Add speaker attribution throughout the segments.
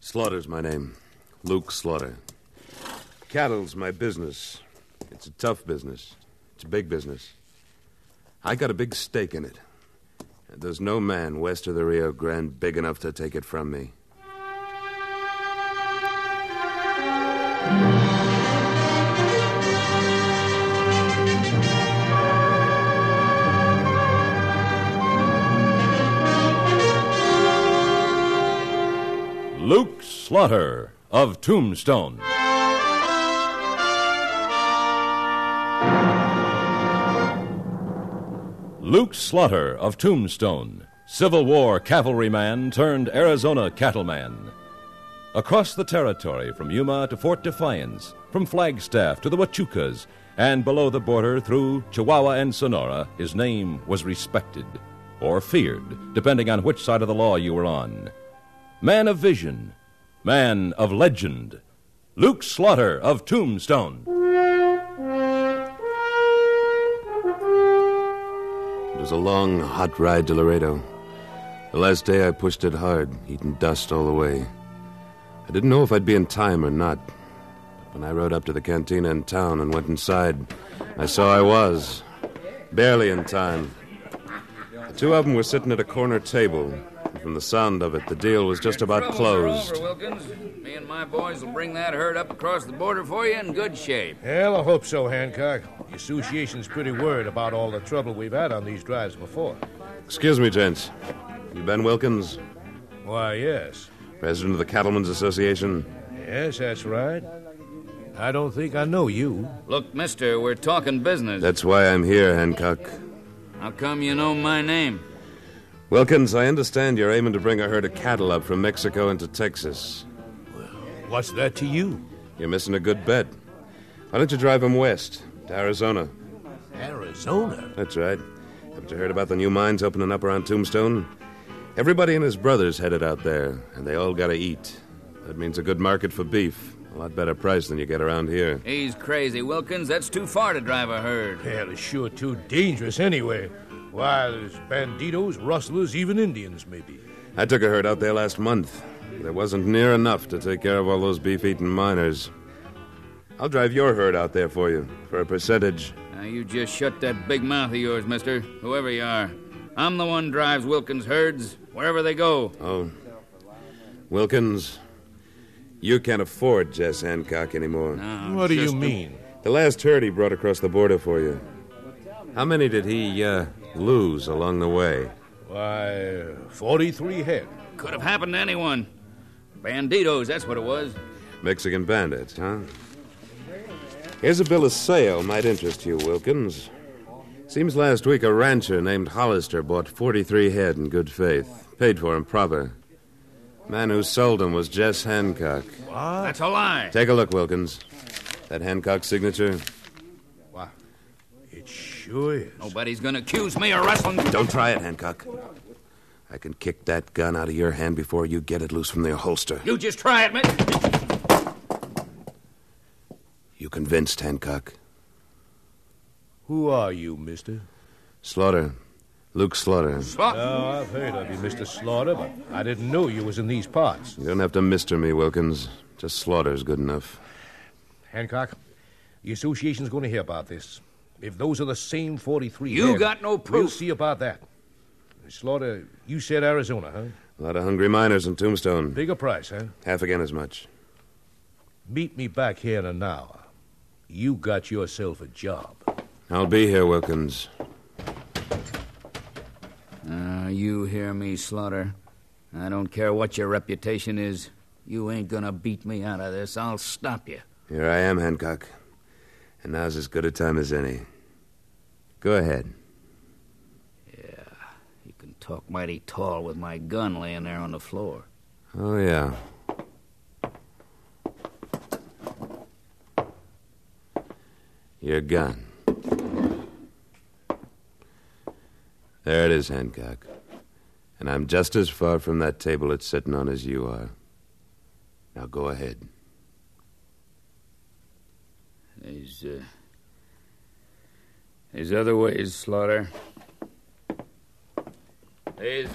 Speaker 1: Slaughter's my name. Luke Slaughter. Cattle's my business. It's a tough business. It's a big business. I got a big stake in it. And there's no man west of the Rio Grande big enough to take it from me.
Speaker 2: Luke Slaughter of Tombstone. Luke Slaughter of Tombstone, Civil War cavalryman turned Arizona cattleman. Across the territory from Yuma to Fort Defiance, from Flagstaff to the Huachucas, and below the border through Chihuahua and Sonora, his name was respected or feared, depending on which side of the law you were on. Man of vision, man of legend, Luke Slaughter of Tombstone.
Speaker 1: It was a long, hot ride to Laredo. The last day I pushed it hard, eating dust all the way. I didn't know if I'd be in time or not. But when I rode up to the cantina in town and went inside, I saw I was. Barely in time. The two of them were sitting at a corner table. and From the sound of it, the deal was just about
Speaker 3: Troubles are
Speaker 1: closed.
Speaker 3: Over, Wilkins. Me and my boys will bring that herd up across the border for you in good shape.
Speaker 4: Hell, I hope so, Hancock. The association's pretty worried about all the trouble we've had on these drives before.
Speaker 1: Excuse me, gents. You Ben Wilkins,
Speaker 4: Why, yes.
Speaker 1: president of the Cattlemen's Association?
Speaker 4: Yes, that's right. I don't think I know you.
Speaker 3: Look, mister, we're talking business.
Speaker 1: That's why I'm here, Hancock.
Speaker 3: How come you know my name?
Speaker 1: Wilkins, I understand you're aiming to bring a herd of cattle up from Mexico into Texas.
Speaker 4: What's that to you?
Speaker 1: You're missing a good bet. Why don't you drive 'em west to Arizona?
Speaker 4: Arizona?
Speaker 1: That's right. Haven't you heard about the new mines opening up around Tombstone? Everybody and his brother's headed out there, and they all gotta eat. That means a good market for beef. A lot better price than you get around here.
Speaker 3: He's crazy, Wilkins. That's too far to drive a herd.
Speaker 4: Hell, it's sure too dangerous anyway. Why, there's banditos, rustlers, even Indians, maybe.
Speaker 1: I took a herd out there last month. There wasn't near enough to take care of all those beef eating miners. I'll drive your herd out there for you, for a percentage.
Speaker 3: Now, you just shut that big mouth of yours, mister, whoever you are. I'm the one drives Wilkins' herds wherever they go.
Speaker 4: Uh,
Speaker 1: Oh. Wilkins, you can't afford Jess Hancock anymore.
Speaker 3: Now,
Speaker 4: What do you
Speaker 3: just a-
Speaker 4: mean?
Speaker 1: The last herd he brought across the border for you. How many did he uh, lose along the way?
Speaker 4: Why, 43 head.
Speaker 3: Could have happened to anyone. Banditos, that's what it was.
Speaker 1: Mexican bandits, huh? Here's a bill of sale might interest you, Wilkins. Seems last week a rancher named Hollister bought 43 head in good faith, paid for 'em proper. Man who sold 'em was Jess Hancock.
Speaker 4: Uh,
Speaker 3: That's a lie.
Speaker 1: Take a look, Wilkins. That Hancock signature?
Speaker 4: It sure is.
Speaker 3: Nobody's gonna accuse me of wrestling.
Speaker 1: Don't try it, Hancock. I can kick that gun out of your hand before you get it loose from the holster.
Speaker 3: You just try it, mister.
Speaker 1: You convinced Hancock?
Speaker 4: Who are you, mister?
Speaker 1: Slaughter. Luke Slaughter.
Speaker 4: Oh, I've heard of you, Mr. Slaughter, but I didn't know you was in these parts.
Speaker 1: You don't have to mister me, Wilkins. Just Slaughter's good enough.
Speaker 4: Hancock, the association's going to hear about this. If those are the same 43
Speaker 3: You
Speaker 4: men,
Speaker 3: got no
Speaker 4: We'll
Speaker 3: proof.
Speaker 4: see about that. Slaughter, you said Arizona, huh?
Speaker 1: A lot of hungry miners in Tombstone.
Speaker 4: Bigger price, huh?
Speaker 1: Half again as much.
Speaker 4: Meet me back here in an hour. You got yourself a job.
Speaker 1: I'll be here, Wilkins.
Speaker 3: Uh, you hear me, Slaughter. I don't care what your reputation is. You ain't gonna beat me out of this. I'll stop you.
Speaker 1: Here I am, Hancock. And now's as good a time as any. Go ahead.
Speaker 3: You can talk mighty tall with my gun laying there on the floor.
Speaker 1: Oh, yeah. Your gun. There it is, Hancock. And I'm just as far from that table it's sitting on as you are. Now go ahead.
Speaker 3: There's, uh, there's other ways, Slaughter. There's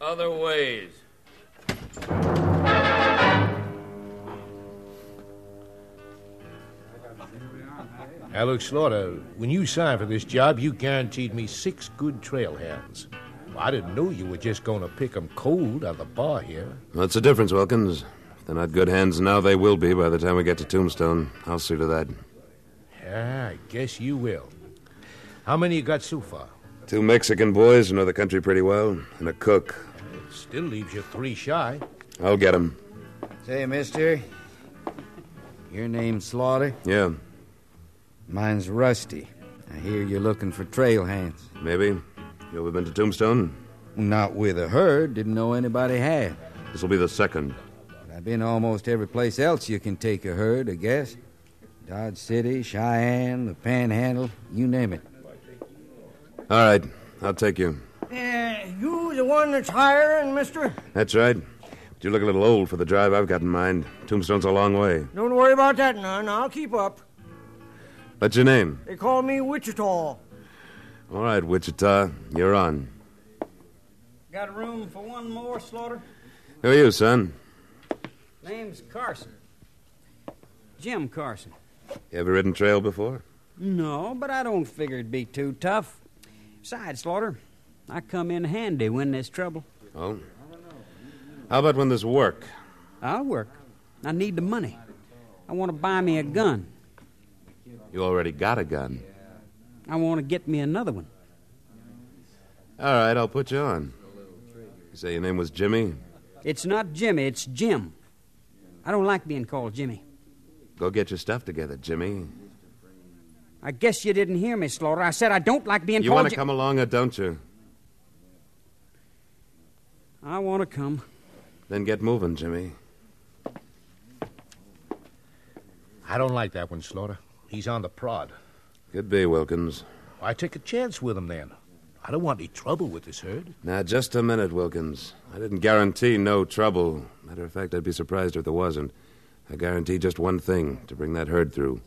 Speaker 3: other ways.
Speaker 4: Now, look, Slaughter, when you signed for this job, you guaranteed me six good trail hands. I didn't know you were just going to pick 'em cold out of the bar here.
Speaker 1: That's the difference, Wilkins. If they're not good hands now, they will be by the time we get to Tombstone. I'll see to that.
Speaker 4: Yeah, Ah, I guess you will. How many you got so far?
Speaker 1: Two Mexican boys who know the country pretty well, and a cook.
Speaker 4: Still leaves you three shy.
Speaker 1: I'll get 'em.
Speaker 3: Say, mister, your name's Slaughter?
Speaker 1: Yeah,
Speaker 3: Mine's Rusty. I hear you're looking for trail hands.
Speaker 1: maybe. You ever been to Tombstone?
Speaker 3: Not with a herd, didn't know anybody had.
Speaker 1: This will be the second.
Speaker 3: But I've been almost every place else you can take a herd, I guess. Dodge City, Cheyenne, the Panhandle, you name it.
Speaker 1: All right, I'll take you.
Speaker 5: Eh, you the one that's hiring, mister?
Speaker 1: That's right. But you look a little old for the drive I've got in mind. Tombstone's a long way.
Speaker 5: Don't worry about that none. I'll keep up.
Speaker 1: What's your name?
Speaker 5: They call me Wichita.
Speaker 1: All right, Wichita, you're on.
Speaker 5: Got room for one more, Slaughter?
Speaker 1: Who are you, son?
Speaker 5: Name's Carson. Jim Carson.
Speaker 1: You ever ridden trail before?
Speaker 5: No, but I don't figure it'd be too tough. Besides, Slaughter, I come in handy when there's trouble.
Speaker 1: Oh. How about when there's work?
Speaker 5: I'll work. I need the money. I want to buy me a gun.
Speaker 1: You already got a gun.
Speaker 5: I want to get me another one.
Speaker 1: All right, I'll put you on. You say your name was Jimmy?
Speaker 5: It's not Jimmy, it's Jim. I don't like being called Jimmy.
Speaker 1: Go get your stuff together, Jimmy.
Speaker 5: I guess you didn't hear me, Slaughter. I said I don't like being
Speaker 1: you
Speaker 5: called
Speaker 1: want to
Speaker 5: Ji-
Speaker 1: come along or don't you?
Speaker 5: I want to come.
Speaker 1: Then get moving, Jimmy.
Speaker 4: I don't like that one, Slaughter. He's on the prod.
Speaker 1: Could be, Wilkins.
Speaker 4: I take a chance with him then. I don't want any trouble with this herd.
Speaker 1: Now, just a minute, Wilkins. I didn't guarantee no trouble. Matter of fact, I'd be surprised if there wasn't. I guarantee just one thing to bring that herd through.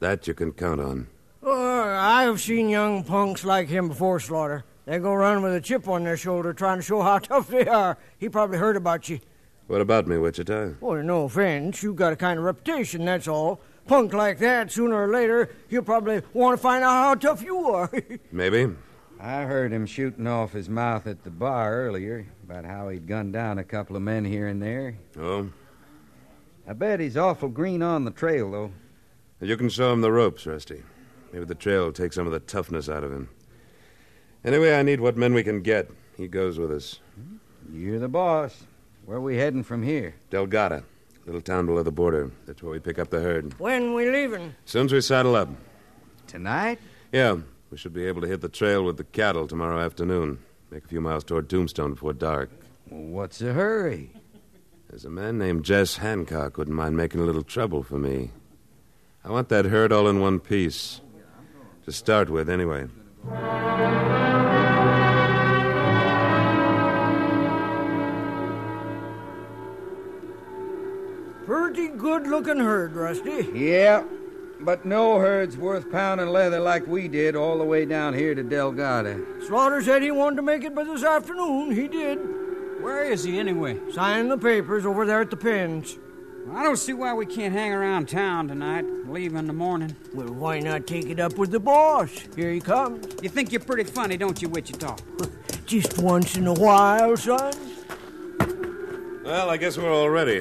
Speaker 1: That you can count on.
Speaker 6: Oh, I've seen young punks like him before, Slaughter. They go around with a chip on their shoulder trying to show how tough they are. He probably heard about you.
Speaker 1: What about me, Wichita?
Speaker 6: Well, no offense. You've got a kind of reputation, that's all. Punk like that, sooner or later, he'll probably want to find out how tough you are.
Speaker 1: Maybe.
Speaker 3: I heard him shooting off his mouth at the bar earlier about how he'd gunned down a couple of men here and there.
Speaker 1: Oh.
Speaker 3: I bet he's awful green on the trail, though.
Speaker 1: You can show him the ropes, Rusty. Maybe the trail will take some of the toughness out of him. Anyway, I need what men we can get. He goes with us.
Speaker 3: You're the boss. Where we heading from here?
Speaker 1: Delgada, little town below the border. That's where we pick up the herd.
Speaker 6: when we leaving?
Speaker 1: Soon as we saddle up.
Speaker 3: Tonight?
Speaker 1: Yeah, we should be able to hit the trail with the cattle tomorrow afternoon. Make a few miles toward Tombstone before dark.
Speaker 3: Well, what's the hurry?
Speaker 1: There's a man named Jess Hancock wouldn't mind making a little trouble for me. I want that herd all in one piece. To start with, anyway.
Speaker 6: Pretty good looking herd, Rusty.
Speaker 3: Yeah, but no herd's worth pounding leather like we did all the way down here to Delgada.
Speaker 6: Slaughter said he wanted to make it by this afternoon. He did.
Speaker 5: Where is he anyway?
Speaker 6: Signing the papers over there at the pens.
Speaker 5: I don't see why we can't hang around town tonight, leave in the morning.
Speaker 6: Well, why not take it up with the boss? Here he comes.
Speaker 5: You think you're pretty funny, don't you, Wichita?
Speaker 6: Just once in a while, son.
Speaker 1: Well, I guess we're all ready.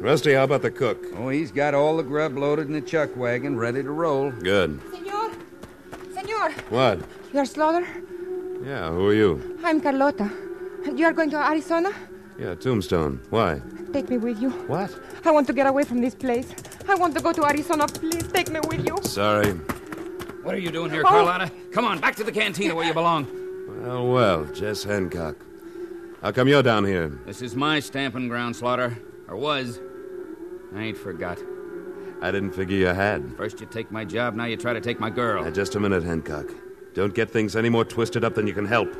Speaker 1: Rusty, how about the cook?
Speaker 3: Oh, he's got all the grub loaded in the chuck wagon, ready to roll.
Speaker 1: Good.
Speaker 7: Señor, señor,
Speaker 1: What?
Speaker 7: you're Slaughter.
Speaker 1: Yeah, who are you?
Speaker 7: I'm Carlota. You are going to Arizona?
Speaker 1: Yeah, Tombstone. Why?
Speaker 7: Take me with you.
Speaker 1: What?
Speaker 7: I want to get away from this place. I want to go to Arizona. Please take me with you.
Speaker 1: Sorry.
Speaker 3: What are you doing here,
Speaker 7: Carlotta?
Speaker 3: Come on, back to the cantina where you belong.
Speaker 1: Well, Oh, well, Jess Hancock. How come you're down here?
Speaker 3: This is my stamping ground, Slaughter. Or was. I ain't forgot.
Speaker 1: I didn't figure you had.
Speaker 3: First you take my job, now you try to take my
Speaker 1: Now,
Speaker 3: girl.
Speaker 1: just a minute, Hancock. Don't get things any more twisted up than you can help.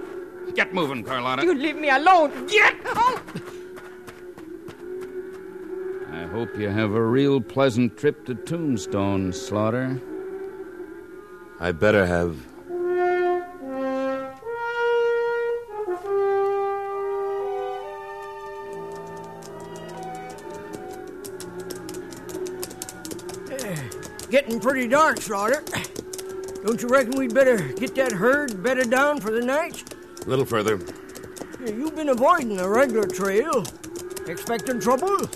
Speaker 3: Get moving, Carlotta.
Speaker 7: You leave me alone. Get! Oh,
Speaker 3: I hope you have a real pleasant trip to Tombstone, Slaughter.
Speaker 1: I better have.
Speaker 6: getting pretty dark, Slaughter. Don't you reckon we'd better get that herd bedded down for the night?
Speaker 1: A little further.
Speaker 6: Yeah, You've been avoiding the regular trail. Expecting trouble?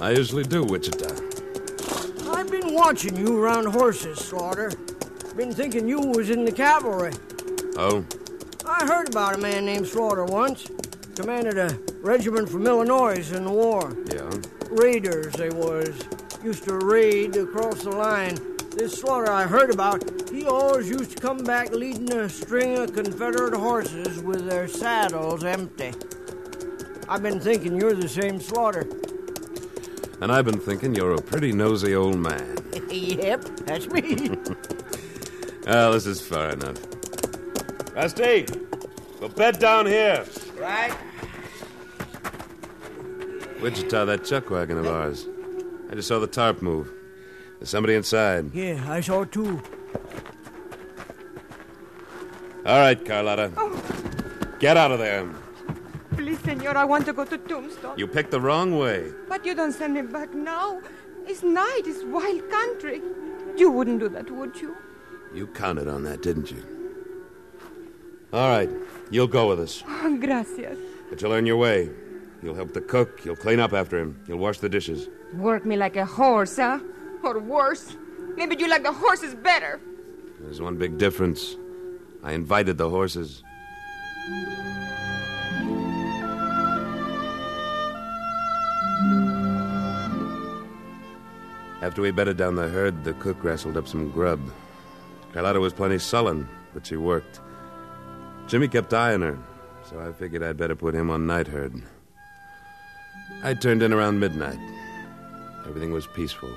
Speaker 1: I usually do, Wichita.
Speaker 6: I've been watching you around horses, Slaughter. Been thinking you was in the cavalry.
Speaker 1: Oh,
Speaker 6: I heard about a man named Slaughter once. Commanded a regiment from Illinois in the war.
Speaker 1: yeah.
Speaker 6: Raiders, they was. Used to raid across the line. This Slaughter I heard about, he always used to come back leading a string of Confederate horses with their saddles empty. I've been thinking you're the same Slaughter.
Speaker 1: And I've been thinking you're a pretty nosy old man.
Speaker 6: yep, that's me.
Speaker 1: Well, Ah, this is far enough. Rusty, we'll bed down here.
Speaker 6: right?
Speaker 1: Wichita, that chuck wagon of ours. I just saw the tarp move. There's somebody inside.
Speaker 6: Yeah, I saw two.
Speaker 1: All right, Carlotta. Get out of there.
Speaker 7: Please, senor, I want to go to Tombstone.
Speaker 1: You picked the wrong way.
Speaker 7: But you don't send me back now. It's night, it's wild country. You wouldn't do that, would you?
Speaker 1: You counted on that, didn't you? All right, you'll go with us.
Speaker 7: Oh, gracias.
Speaker 1: But you'll earn your way. You'll help the cook. You'll clean up after him. You'll wash the dishes.
Speaker 7: Work me like a horse, huh? Or worse. Maybe you like the horses better.
Speaker 1: There's one big difference. I invited the horses. After we bedded down the herd, the cook wrestled up some grub. Carlotta was plenty sullen, but she worked. Jimmy kept eyeing her, so I figured I'd better put him on night herd. I turned in around midnight. Everything was peaceful.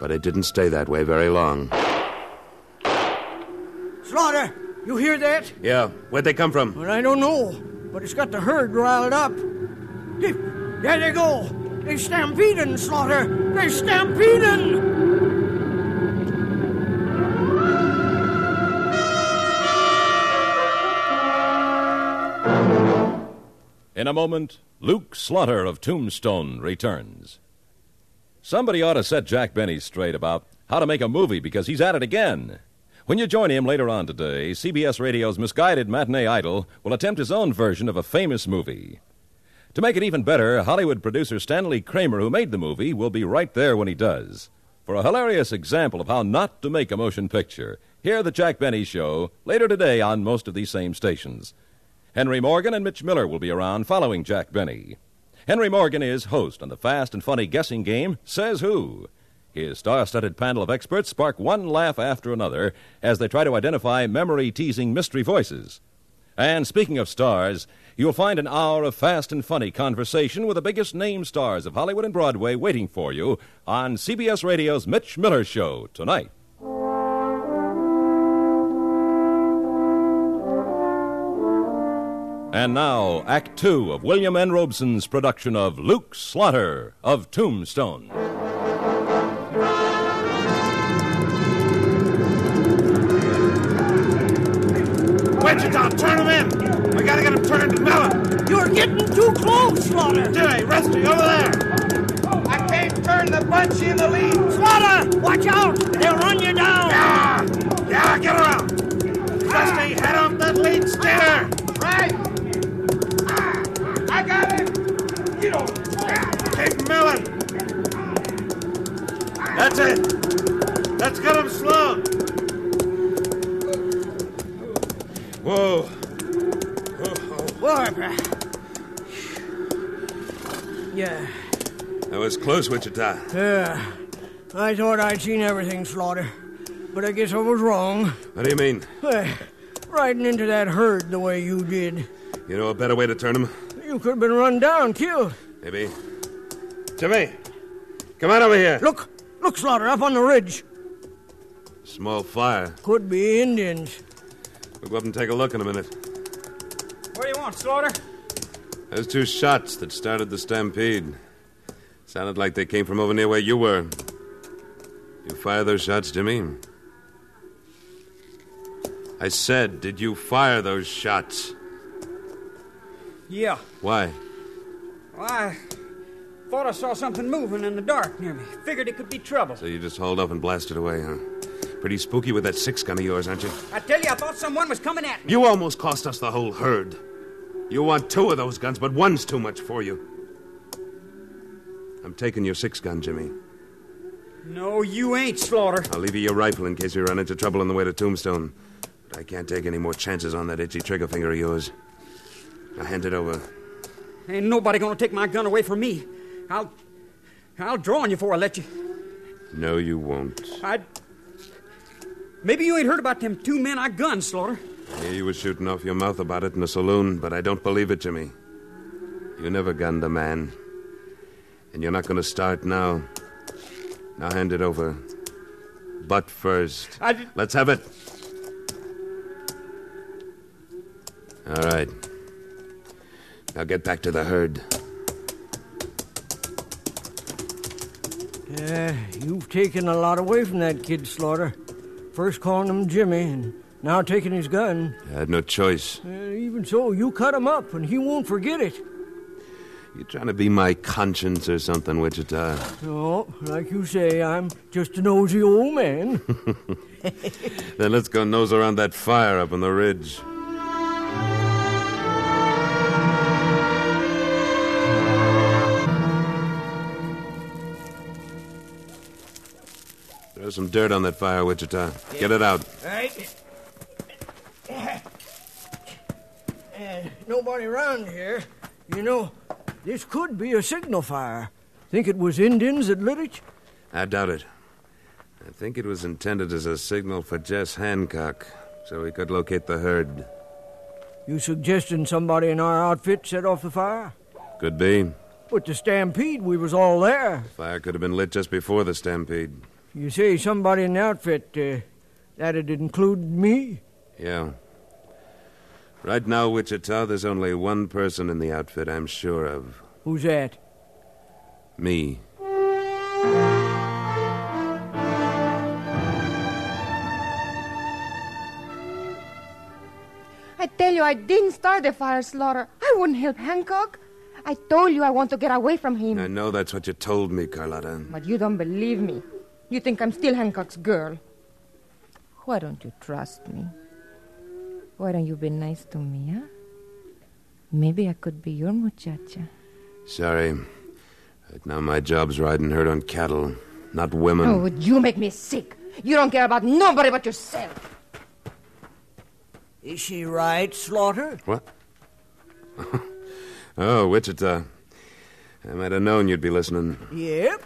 Speaker 1: But it didn't stay that way very long.
Speaker 6: Slaughter, you hear that?
Speaker 1: Yeah, where'd they come from?
Speaker 6: Well, I don't know, but it's got the herd riled up. They- There they go. They stampeding, Slaughter. They stampeding.
Speaker 2: In a moment, Luke Slaughter of Tombstone returns. Somebody ought to set Jack Benny straight about how to make a movie because he's at it again. When you join him later on today, CBS Radio's misguided matinee idol will attempt his own version of a famous movie. To make it even better, Hollywood producer Stanley Kramer, who made the movie, will be right there when he does. For a hilarious example of how not to make a motion picture, hear The Jack Benny Show later today on most of these same stations. Henry Morgan and Mitch Miller will be around following Jack Benny. Henry Morgan is host on the fast and funny guessing game Says Who. His star studded panel of experts spark one laugh after another as they try to identify memory teasing mystery voices. And speaking of stars, you'll find an hour of fast and funny conversation with the biggest name stars of Hollywood and Broadway waiting for you on CBS Radio's Mitch Miller Show tonight. And now, Act Two of William N. Robeson's production of Luke Slaughter of Tombstone.
Speaker 8: Wichita, turn him in! We gotta get him turned to melon!
Speaker 6: You're getting too close, Slaughter.
Speaker 8: Jimmy, Rusty, over there!
Speaker 9: I can't turn the bunch in the lead.
Speaker 6: Slaughter, watch out. They'll run you down.
Speaker 8: Ah! Yeah, get around! Rusty, head off that lead steer!
Speaker 9: Right. Ah, I got it. You don't.
Speaker 8: Keep milling! That's it! Let's get him slow! Whoa!
Speaker 6: Boy, bra- Yeah.
Speaker 1: That was close, Wichita.
Speaker 6: Yeah. I thought I'd seen everything, Slaughter. But I guess I was wrong.
Speaker 1: What do you mean?
Speaker 6: Eh, Riding into that herd the way you did.
Speaker 1: You know a better way to turn him?
Speaker 6: You could have been run down, killed.
Speaker 1: Maybe. Jimmy! Come on over here!
Speaker 6: Look, look, Slaughter, up on the ridge.
Speaker 1: Small fire.
Speaker 6: Could be Indians.
Speaker 1: We'll go up and take a look in a minute.
Speaker 5: What do you want, Slaughter?
Speaker 1: Those two shots that started the stampede. Sounded like they came from over near where you were. You fire those shots, Jimmy? I said, did you fire those shots?
Speaker 5: Yeah.
Speaker 1: Why?
Speaker 5: Why? Thought I saw something moving in the dark near me. Figured it could be trouble.
Speaker 1: So you just hauled up and blasted away, huh? Pretty spooky with that six gun of yours, aren't you?
Speaker 5: I tell you, I thought someone was coming at me.
Speaker 1: You almost cost us the whole herd. You want two of those guns, but one's too much for you. I'm taking your six gun, Jimmy.
Speaker 5: No, you ain't, Slaughter.
Speaker 1: I'll leave you your rifle in case we run into trouble on the way to Tombstone. But I can't take any more chances on that itchy trigger finger of yours. Now hand it over.
Speaker 5: Ain't nobody gonna take my gun away from me. I'll. I'll draw on you before I let you.
Speaker 1: No, you won't.
Speaker 5: I. Maybe you ain't heard about them two men I gunned, Slaughter.
Speaker 1: Yeah, you was shooting off your mouth about it in the saloon, but I don't believe it, Jimmy. You never gunned a man. And you're not going to start now. Now hand it over. But first,
Speaker 5: I did-
Speaker 1: let's have it. All right. Now get back to the herd.
Speaker 6: Yeah, you've taken a lot away from that kid, Slaughter. First calling him Jimmy, and now taking his gun.
Speaker 1: I had no choice.
Speaker 6: Uh, even so, you cut him up, and he won't forget it.
Speaker 1: You trying to be my conscience or something, Wichita?
Speaker 6: No, like you say, I'm just a nosy old man.
Speaker 1: Then let's go nose around that fire up on the ridge. Throw some dirt on that fire, Wichita. Get it out.
Speaker 6: All right. And nobody around here. You know, this could be a signal fire. Think it was Indians that lit it?
Speaker 1: I doubt it. I think it was intended as a signal for Jess Hancock, so we could locate the herd.
Speaker 6: You suggesting somebody in our outfit set off the fire?
Speaker 1: Could be.
Speaker 6: With the stampede, we was all there.
Speaker 1: Fire could have been lit just before the stampede.
Speaker 6: You say somebody in the outfit, uh, that'd include me?
Speaker 1: Yeah. Right now, Wichita, there's only one person in the outfit I'm sure of.
Speaker 6: Who's that?
Speaker 1: Me.
Speaker 7: I tell you, I didn't start the fire, Slaughter. I wouldn't help Hancock. I told you I want to get away from him.
Speaker 1: I know that's what you told me, Carlotta.
Speaker 7: But you don't believe me. You think I'm still Hancock's girl. Why don't you trust me? Why don't you be nice to me, huh? Maybe I could be your muchacha.
Speaker 1: Sorry. Right now, my job's riding herd on cattle, not women.
Speaker 7: Oh, would you make me sick? You don't care about nobody but yourself.
Speaker 6: Is she right, Slaughter?
Speaker 1: What? oh, Wichita. I might have known you'd be listening.
Speaker 6: Yep.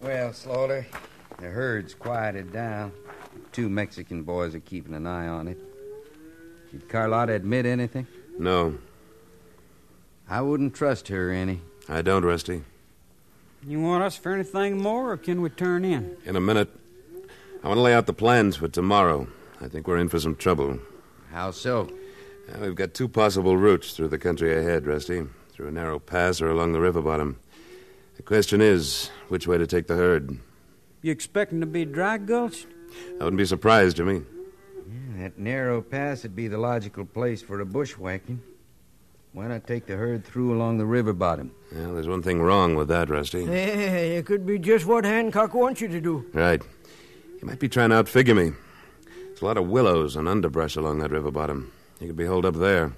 Speaker 10: Well, Slaughter, the herd's quieted down. Two Mexican boys are keeping an eye on it. Did Carlotta admit anything?
Speaker 1: No,
Speaker 10: I wouldn't trust her any.
Speaker 1: I don't, Rusty.
Speaker 5: You want us for anything more, or can we turn in?
Speaker 1: In a minute, I want to lay out the plans for tomorrow. I think we're in for some trouble.
Speaker 10: How so?
Speaker 1: Yeah, we've got two possible routes through the country ahead, Rusty through a narrow pass or along the river bottom. The question is which way to take the herd.
Speaker 5: You expecting to be dry gulched?
Speaker 1: I wouldn't be surprised, Jimmy.
Speaker 10: Yeah, that narrow pass would be the logical place for a bushwhacking. Why not take the herd through along the river bottom?
Speaker 1: Well, there's one thing wrong with that, Rusty.
Speaker 6: Eh, it could be just what Hancock wants you to do.
Speaker 1: Right. You might be trying to outfigure me. There's a lot of willows and underbrush along that river bottom. You could be holed up there.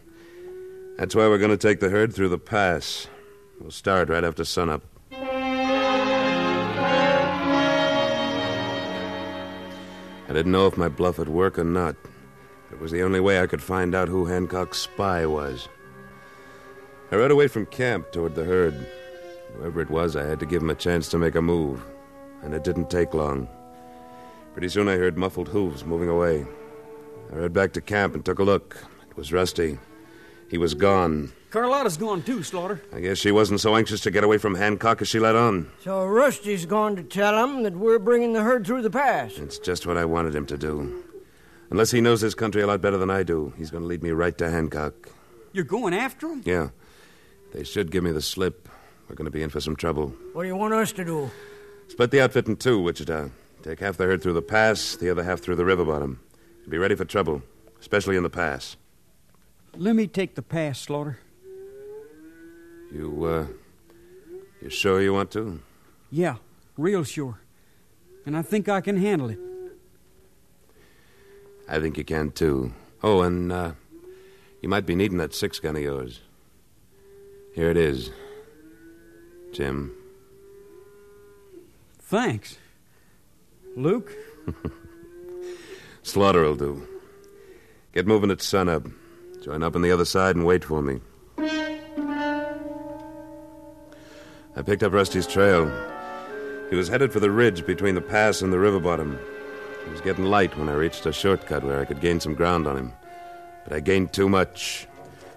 Speaker 1: That's why we're going to take the herd through the pass. We'll start right after sunup. I didn't know if my bluff would work or not. It was the only way I could find out who Hancock's spy was. I rode away from camp toward the herd. Whoever it was, I had to give him a chance to make a move, and it didn't take long. Pretty soon I heard muffled hooves moving away. I rode back to camp and took a look. It was Rusty. He was gone.
Speaker 5: Carlotta's gone too, Slaughter.
Speaker 1: I guess she wasn't so anxious to get away from Hancock as she let on.
Speaker 6: So Rusty's going to tell him that we're bringing the herd through the pass.
Speaker 1: It's just what I wanted him to do. Unless he knows this country a lot better than I do, he's going to lead me right to Hancock.
Speaker 5: You're going after him?
Speaker 1: Yeah. They should give me the slip. We're going to be in for some trouble.
Speaker 6: What do you want us to do?
Speaker 1: Split the outfit in two, Wichita. Take half the herd through the pass, the other half through the river bottom. Be ready for trouble, especially in the pass.
Speaker 5: Let me take the pass, Slaughter.
Speaker 1: You, uh. You sure you want to?
Speaker 5: Yeah, real sure. And I think I can handle it.
Speaker 1: I think you can too. Oh, and, uh. You might be needing that six gun of yours. Here it is. Jim.
Speaker 5: Thanks. Luke?
Speaker 1: Slaughter will do. Get moving at sunup. Join up on the other side and wait for me. I picked up Rusty's trail. He was headed for the ridge between the pass and the river bottom. It was getting light when I reached a shortcut where I could gain some ground on him. But I gained too much.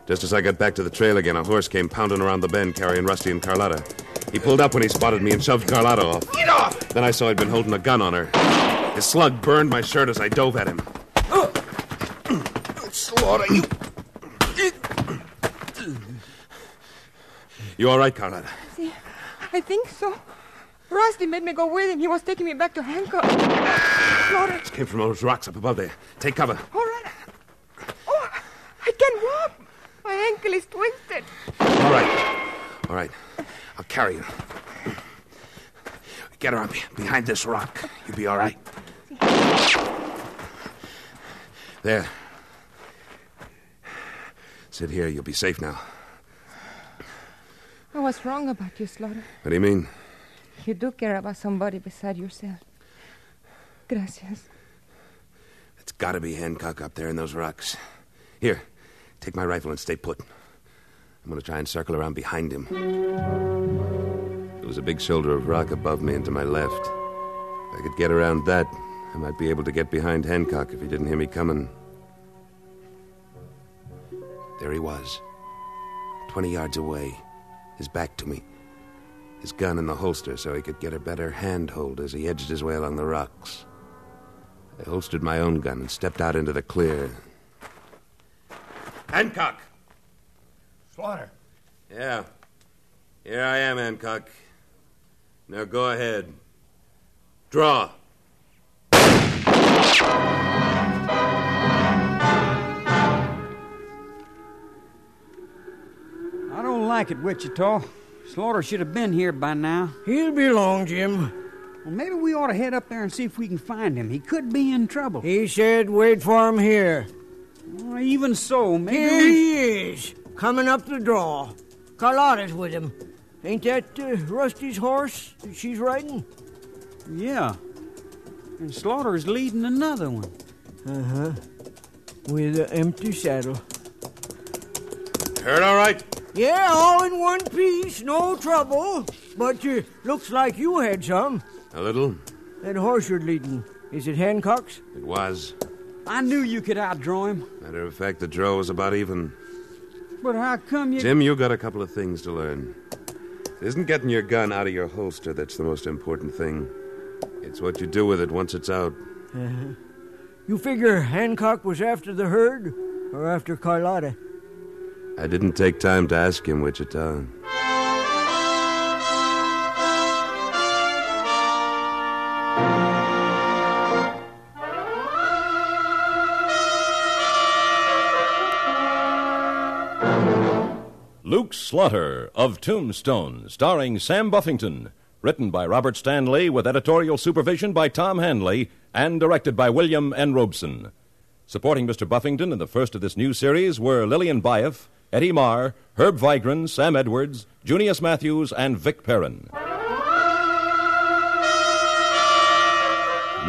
Speaker 1: Just as I got back to the trail again, a horse came pounding around the bend carrying Rusty and Carlotta. He pulled up when he spotted me and shoved Carlotta off.
Speaker 8: Get off!
Speaker 1: Then I saw he'd been holding a gun on her. His slug burned my shirt as I dove at him.
Speaker 8: Slaughter, you.
Speaker 1: You all right, Carlotta?
Speaker 7: See, I think so. Rusty made me go with him. He was taking me back to Hancock. Slaughter.
Speaker 1: It came from those rocks up above there. Take cover.
Speaker 7: All right. Oh, I can walk. My ankle is twisted.
Speaker 1: All right. All right. I'll carry you. Get her up here, behind this rock. You'll be all right. There. Sit here. You'll be safe now.
Speaker 7: I was wrong about you, Slaughter.
Speaker 1: What do you mean?
Speaker 7: You do care about somebody beside yourself. Gracias.
Speaker 1: It's got to be Hancock up there in those rocks. Here, take my rifle and stay put. I'm going to try and circle around behind him. There was a big shoulder of rock above me and to my left. If I could get around that, I might be able to get behind Hancock if he didn't hear me coming. There he was, 20 yards away, his back to me, his gun in the holster so he could get a better handhold as he edged his way along the rocks. I holstered my own gun and stepped out into the clear. Hancock!
Speaker 4: Slaughter.
Speaker 1: Yeah. Here I am, Hancock. Now go ahead. Draw.
Speaker 5: I don't like it, Wichita. Slaughter should have been here by now.
Speaker 6: He'll be along, Jim.
Speaker 5: Well, maybe we ought to head up there and see if we can find him. He could be in trouble.
Speaker 6: He said, wait for him here.
Speaker 5: Well, even so, maybe.
Speaker 6: Here
Speaker 5: we-
Speaker 6: he is, coming up the draw. Carlotta's with him. Ain't that uh, Rusty's horse that she's riding?
Speaker 5: Yeah. And Slaughter's leading another one.
Speaker 6: Uh huh. With an empty saddle.
Speaker 1: Hurt all right?
Speaker 6: Yeah, all in one piece, no trouble. But uh, looks like you had some.
Speaker 1: A little?
Speaker 6: That horse you're leading, is it Hancock's?
Speaker 1: It was.
Speaker 5: I knew you could outdraw him,
Speaker 1: Matter of fact, the draw was about even.
Speaker 5: but how come you.
Speaker 1: Jim, you got a couple of things to learn. It isn't getting your gun out of your holster that's the most important thing. It's what you do with it once it's out.
Speaker 6: You figure Hancock was after the herd or after Carlotta?
Speaker 1: I didn't take time to ask him, uh, Wichita.
Speaker 2: Luke Slaughter of Tombstone, starring Sam Buffington. Written by Robert Stanley with editorial supervision by Tom Hanley and directed by William N. Robeson. Supporting Mr. Buffington in the first of this new series were Lillian Baeff, Eddie Marr, Herb Vigran, Sam Edwards, Junius Matthews, and Vic Perrin.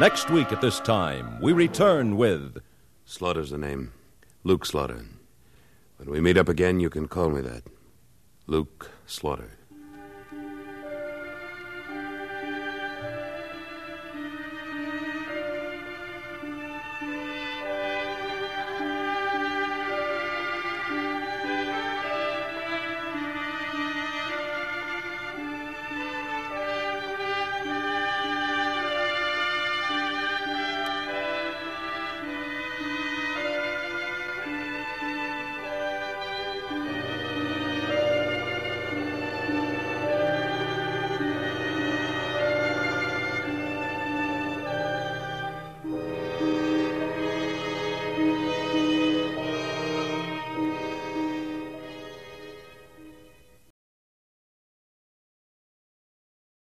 Speaker 2: Next week at this time, we return with
Speaker 1: Slaughter's the name. Luke Slaughter. When we meet up again, you can call me that. Luke Slaughter.